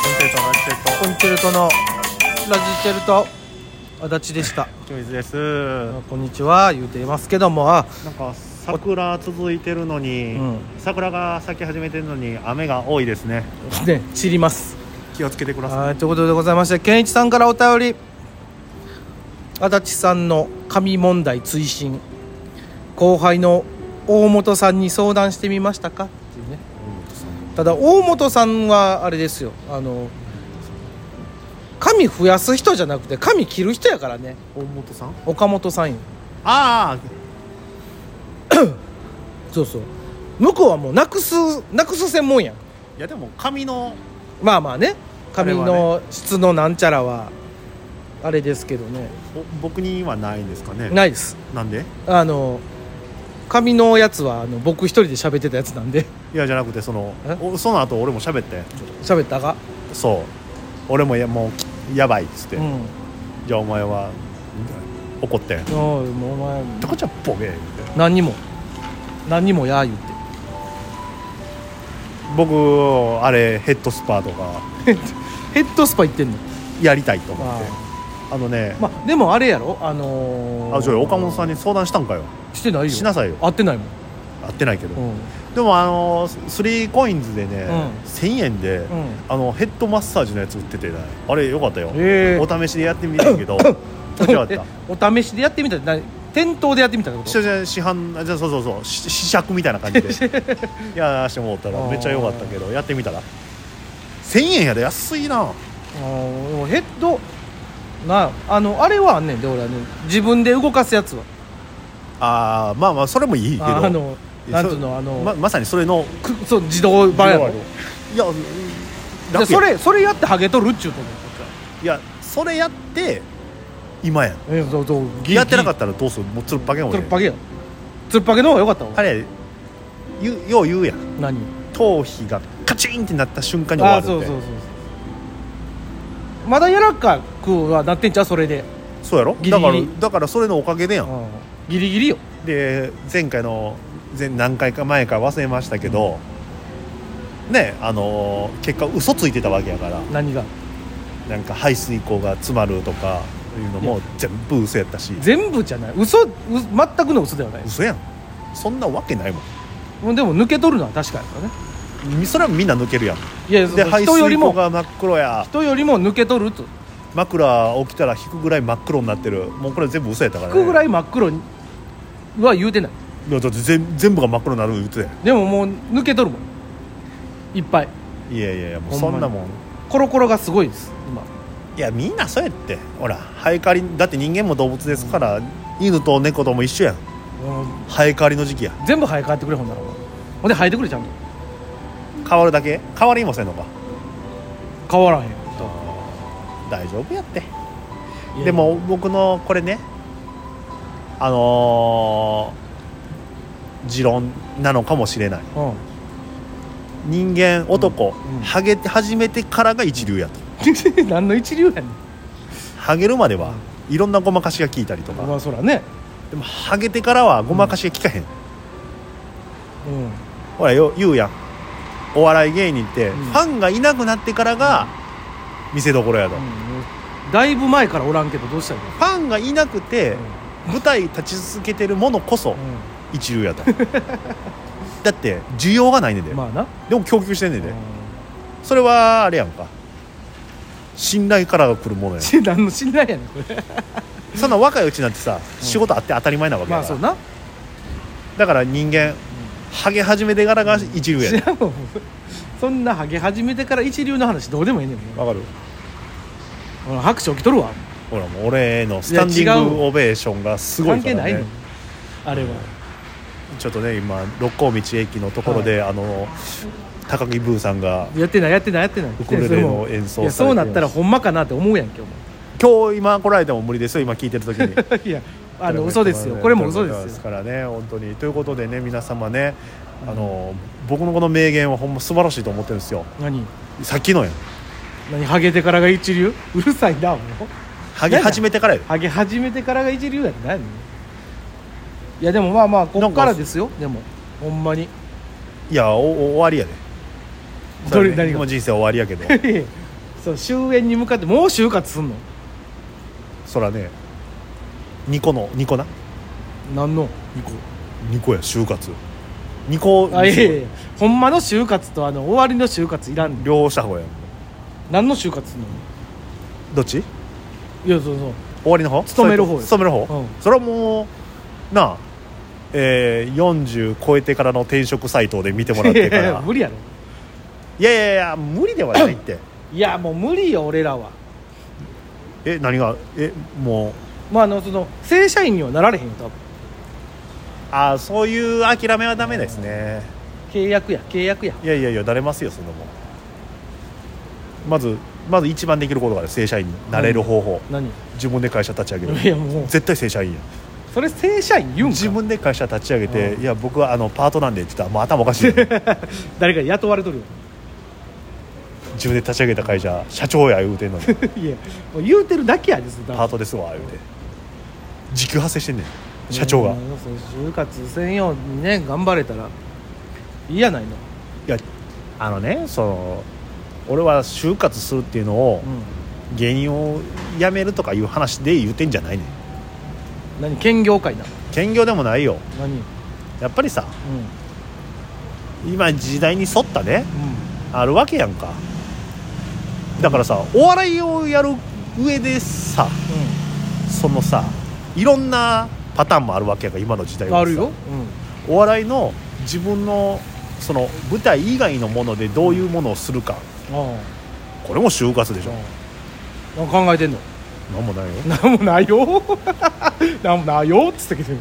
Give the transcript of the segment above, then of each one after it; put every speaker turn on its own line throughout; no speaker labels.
チェル
コンチェルトのラジチェルト足立でした
ト清水です
あこんにちは言うていますけどもあ
なんか桜続いてるのに、
うん
桜が咲き始めてるのに雨が多いですね
ね知ります
気をつけてくださ
はいということでございまして健一さんからお便り足立さんの紙問題追伸後輩の大本さんに相談してみましたかっていうね
い
ただ大本さんはあれですよあの髪増やす人じゃなくて髪切る人やからね
大本さん
岡本さんよ
ああ
そうそう向こうはもうなくすなくす専門やん
いやでも髪の
まあまあね髪
あれは
の質のなんちゃらはあれですけどね
お僕にはないんですかね
ないです
なんで
あの髪のやつはあの僕一人で喋ってたやつなんで
いやじゃなくてその
え
おその後俺も喋って
喋ったが
そう俺もやもうやばいっつって、
うん
じゃあお前は怒って
おいもうお前
「とこちゃんボケ」みたいな
何にも何にもや言うて
僕あれヘッドスパとか
ヘッドスパ行ってんの
やりたいと思って
あ
あのね、
まあでもあれやろあのー、
あ、ちょ岡本さん
に
に相談したんかよ
してないよ
しなさいよ
会ってないもん
合ってないけど、
うん、
でもあのスリーコインズでね、
うん
1000円で、
うん、
あのヘッドマッサージのやつ売っててねあれよかったよ、
ええ
お試しでやってみたけど立ち上 がった
たお試しでやってみたって何店頭でやってみたってこ
下
と
じゃ市販あじゃあそうそうそうし試着みたいな感 じでいやしてもらったらめっちゃ良かったけどやってみたら1000円やで安いな
あーでもヘッドなあのあれはあんねんで俺はね自分で動かすやつは
あーまあまあそれもいいけど
あの
いや
なん
そ
つうのあの、
ままさにそれの
くそう自動版やろ
いや
で
楽
そ
や
れそれやってハゲとるっちゅうと思
いやそれやって今やん
うえそうそう
やってなか
っ
ったらどうするもうつるっぱげやん
つ
俺
るっぱげやつるっぱげの方が良かったわ
あれ言うよう言うやん
何
頭皮がカチンってなった瞬間に終
あ
わ
あ
るって
そうそうそうそうまだ柔らかくはなってんちゃうそれで、
そうやろ
ギリ
だ
ギ
から
リ
だからそれのおかげでやん
うんギリギリよ
で前回の前何回か前か忘れましたけど、ねあのー結果嘘ついてたわけやから
何が
なんか排水口が詰まるとかいうの
い
も全部嘘やったし
全部じゃない嘘う全くの嘘ではない
嘘やんそんなわけないも
うんでも抜けとるのは確かやからね
んみそれはみんな抜けるやん
いや
で
その
排
人より
水口
も
が真っ黒や
人よりも抜けとると
枕起きたら引くぐらい真っ黒になってるもうこれ全部嘘やったから、
引
ね、
くぐら
い
い真っ黒には言うてない
やだって全全部が真っ黒になる言うてたや
でももう抜けとるもんいっぱい
んいやいやいやもう
ほんま
そ
に
んなもん
コロコロがすごいです今
いやみんなそうやってほら生え刈りだって人間も動物ですから犬と猫とも一緒やん
うん
生え刈りの時期や
全部生え変わってくれほんならほんで生えてくれちゃんと
変わるだけ変わりもせんのか
変わらへん
大丈夫やって
いや
でも僕のこれねあのー持論なのかもしれない
うん
人間男、
うん
ハゲて始めてからが一流やと
何の一流やねん
ハゲるまではいろんなごまかしが効いたりと
ま
か
あそらね
でもハゲてからはごまかしが効かへん、
うん
ほらよ言うやんお笑い芸人って、
ん
ファンがいなくなってからが見せどころやと、フ
うんだいぶ前からおらんけどどうしたらいいの
ァンがいなくて、舞台立ち続けてるものこそ
う
一流や とだって需要がないねんで、
んまあな
でも供給してんねん
う
で、
ん
それはあれやんか信頼から来るものやん
し何の信頼やねん これ
そんな若いうちなんてさ、仕事あって当たり前なわけ
ま
や
あ
から、
そうな
だから人間、ハゲ始めてからが一流や
知
ね
らんもんそんなハゲ始めてから一流の話どうでもいいねんも
わかる
う俺拍手起きとるわ
ほらもう俺へのスタンディングオベーションがすごい
関
か
係
ら、ね、
ないのあれは
ちょっとね今六甲道駅のところで、あの高木ブーさんが
やってないやってないやってない
ウクレレの演奏
いや
され
そう
て
なったらほんまかなって思うやんけお
今日今来られても無理ですよ今聞いてる時に
前いや あの嘘ですよこれも嘘で
ということ
すよ
からね本当にということでね皆様ねあの、僕のこの名言はほんま素晴らしいと思ってるんですよ
何
さっきのやん
何ハゲてからが一流 うるさいなもう
ハゲ始めてからや
ハゲ始めてからが一流やって何いやでもまあまあこっからですよでもほんまに
いやおお終わりやで、そ
どれ
れね
何が
もう人生終わりやけど
いやいやそう終焉に向かってもう就活すんの
そらね2個の2個な
なんの
2個2個や就活2個
あいやいやいやほんまの就活とあの終わりの就活いらんねん
両した方やん
何の就活すんの
どっち
いやそうそう
終わりの方
勤める方よ
勤める方、
うん
それはもうなあえー、40超えてからの転職サイトで見てもらっ
いや
て
い
か
や
ら
いや無理やろ
いやいやいや無理ではないって
いやもう無理よ俺らは
え何がえもう
まああのその正社員にはなられへんよ多分
ああそういう諦めはダメですね
契約や契約や
いやいやいやなれますよそんなもんまずまず一番できることが正社員になれる方法、
何
自分で会社立ち上げ
い
る
やもう
絶対正社員や
それ正社員言うんか
自分で会社立ち上げて、
う
いや僕はあのパートなんでって言ったらもう頭おかしいよね
誰かに雇われとるよ
自分で立ち上げた会社社長や言うてん のに
いやもう言うてるだけやですだ
パートですわ言うて時給発生してんねん社長が、
う
い
んそう就活専用にね頑張れたらいいやないの
やあのねその俺は就活するっていうのを
うん
芸人を辞めるとかいう話で言うてんじゃないねん
何兼業会な
兼業でもないよ
何うん
やっぱりさ今時代に沿ったねあるわけやんかだからさお笑いをやる上でさそのさいろんなパターンもあるわけやんか今の時代
う
は
ん
さ
あるよ
お笑いの自分のその舞台以外のものでどういうものをするか
うんあ
これも就活でしょ
ああ考えてんの
なんもないよ
なんもないよ なんもないよっつってけどい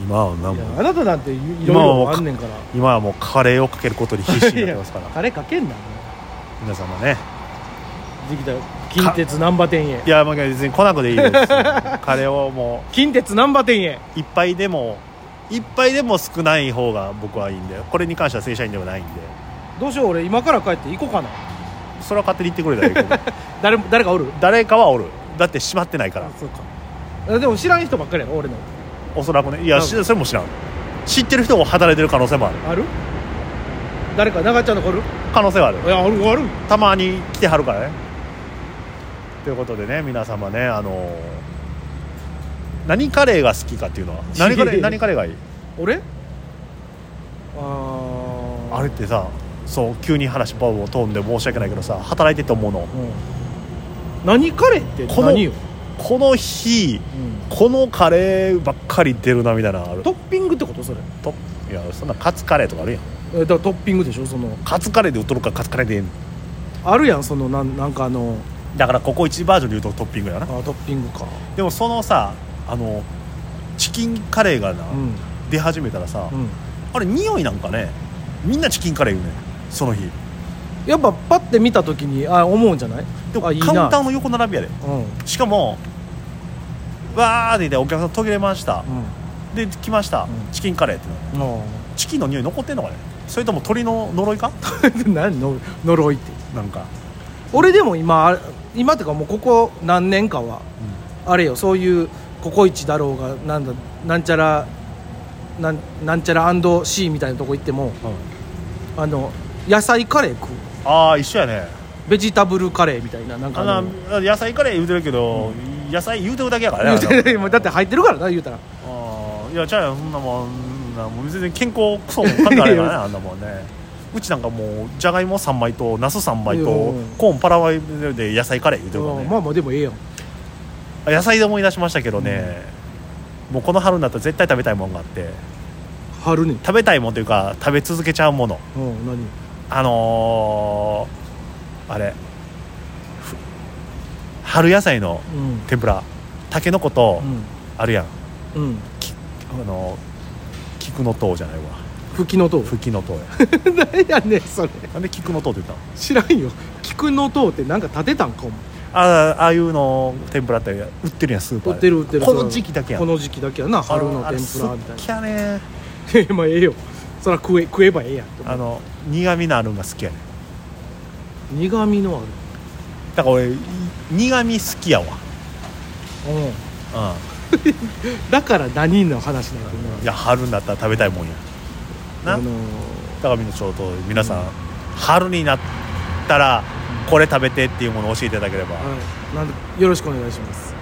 今はなんも
やあなたなんていいろいろあんねんから
今はもうカレーをかけることに必死になってますか ら
タレかけんなも
皆様ね
うできたよ近鉄難波店へ
いやまあ別に来なくていいですカレーをも
近鉄難波店へ
ういっぱいでもいっぱいでも少ない方が僕はいいんでこれに関しては正社員ではないんで
どうしよう俺今から帰って行こうかな
それは勝手に言ってくれたらいいけど
誰も誰かおる
誰かはおるだって閉まってないから
そうかあでも知らん人ばっかりやろ俺の
おそらくねいやしそれも知らん知ってる人も働いてる可能性もある
ある誰か長ちゃんの子おる
可能性はある
いやあるある
たまに来てはるからねということでね皆様ねあのー何カレーが好きかっていう のは何カレー何カレーがいい
俺あー
あれってさそう急に話バーを飛んで申し訳ないけどさ働いてて思うの
うん何カレーって
この
何よ、
この日このカレーばっかり出るなみたいなのある
トッピングってことそれ
といやそんなカツカレーとかあるやん
えだからトッピングでしょその
カツカレーで売っとるからカツカレーでええね
あるやんそのなんなんかあの
んだからここ一バージョンで言うとトッピングやな
あトッピングか
でもそのさあのチキンカレーがな、
うん
出始めたらさ、
うん
あれ匂いなんかねみんなチキンカレー言うねんその日
やっぱパッて見た時にあ思うんじゃない
でも
あいいな
カウンターの横並びやで
うんうん
しかもわーって言ってお客さん途切れました、で来ました、
うん
チキンカレーってなる
あ
チキンの匂い残ってんのかねそれとも鳥の呪 いか
ー何の呪いって
なんか
俺でも今あれ今っていうかもうここ何年かは、あれよそういうココイチだろうがなんだなんちゃらなんなんちゃら &C みたいなとこ行ってもあの野菜カレー食う
ああ一緒やね
ベジタブルカレーみたいななんか
あ
あ
な
の
野菜カレー言うてるけど、野菜言うてるだけやからね
言うて
あれは
もうだって入ってる からな言うたら
あーいやじゃあそんなもんそんなもう全然健康クソも関係ないからねあんなもんねうちなんかもうじゃがいも3枚とナス3枚と
うん
コーンパラワイで野菜カレー言うてるから
うん
ね
まあまあでもええやん
あ野菜で思い出しましたけどね、もうこの春になったら絶対食べたいもんがあって
春に
食べたいもんというか食べ続けちゃうもの
うん何
あのーあれふ春野菜の
うん
天ぷらたけのこと、あるやん
うんうん
あのー菊の塔じゃないわ
吹き の塔
ふきの塔や
何やねんそれ
なんで菊の塔って言ったの
知らんよ菊の塔ってなんか建てたんかお前
あああいうの天ぷらって売ってるやんスーパー
売ってる売ってる
この時期だけやん
この時期だけやな春の天ぷらみたい
好
な
きやね
ええ まあええよそら食え食えばええやんと
あの苦味のあるんが好きやね
苦味のある
だから俺い苦味好きやわ
う
うん
だから何の話なんだろ
んいや春になったら食べたいもんやな
あ
だ
のー
からみんなちょっと皆さん、春になったらこれ食べてっていうものを教えていただければ、
はい、なんでよろしくお願いします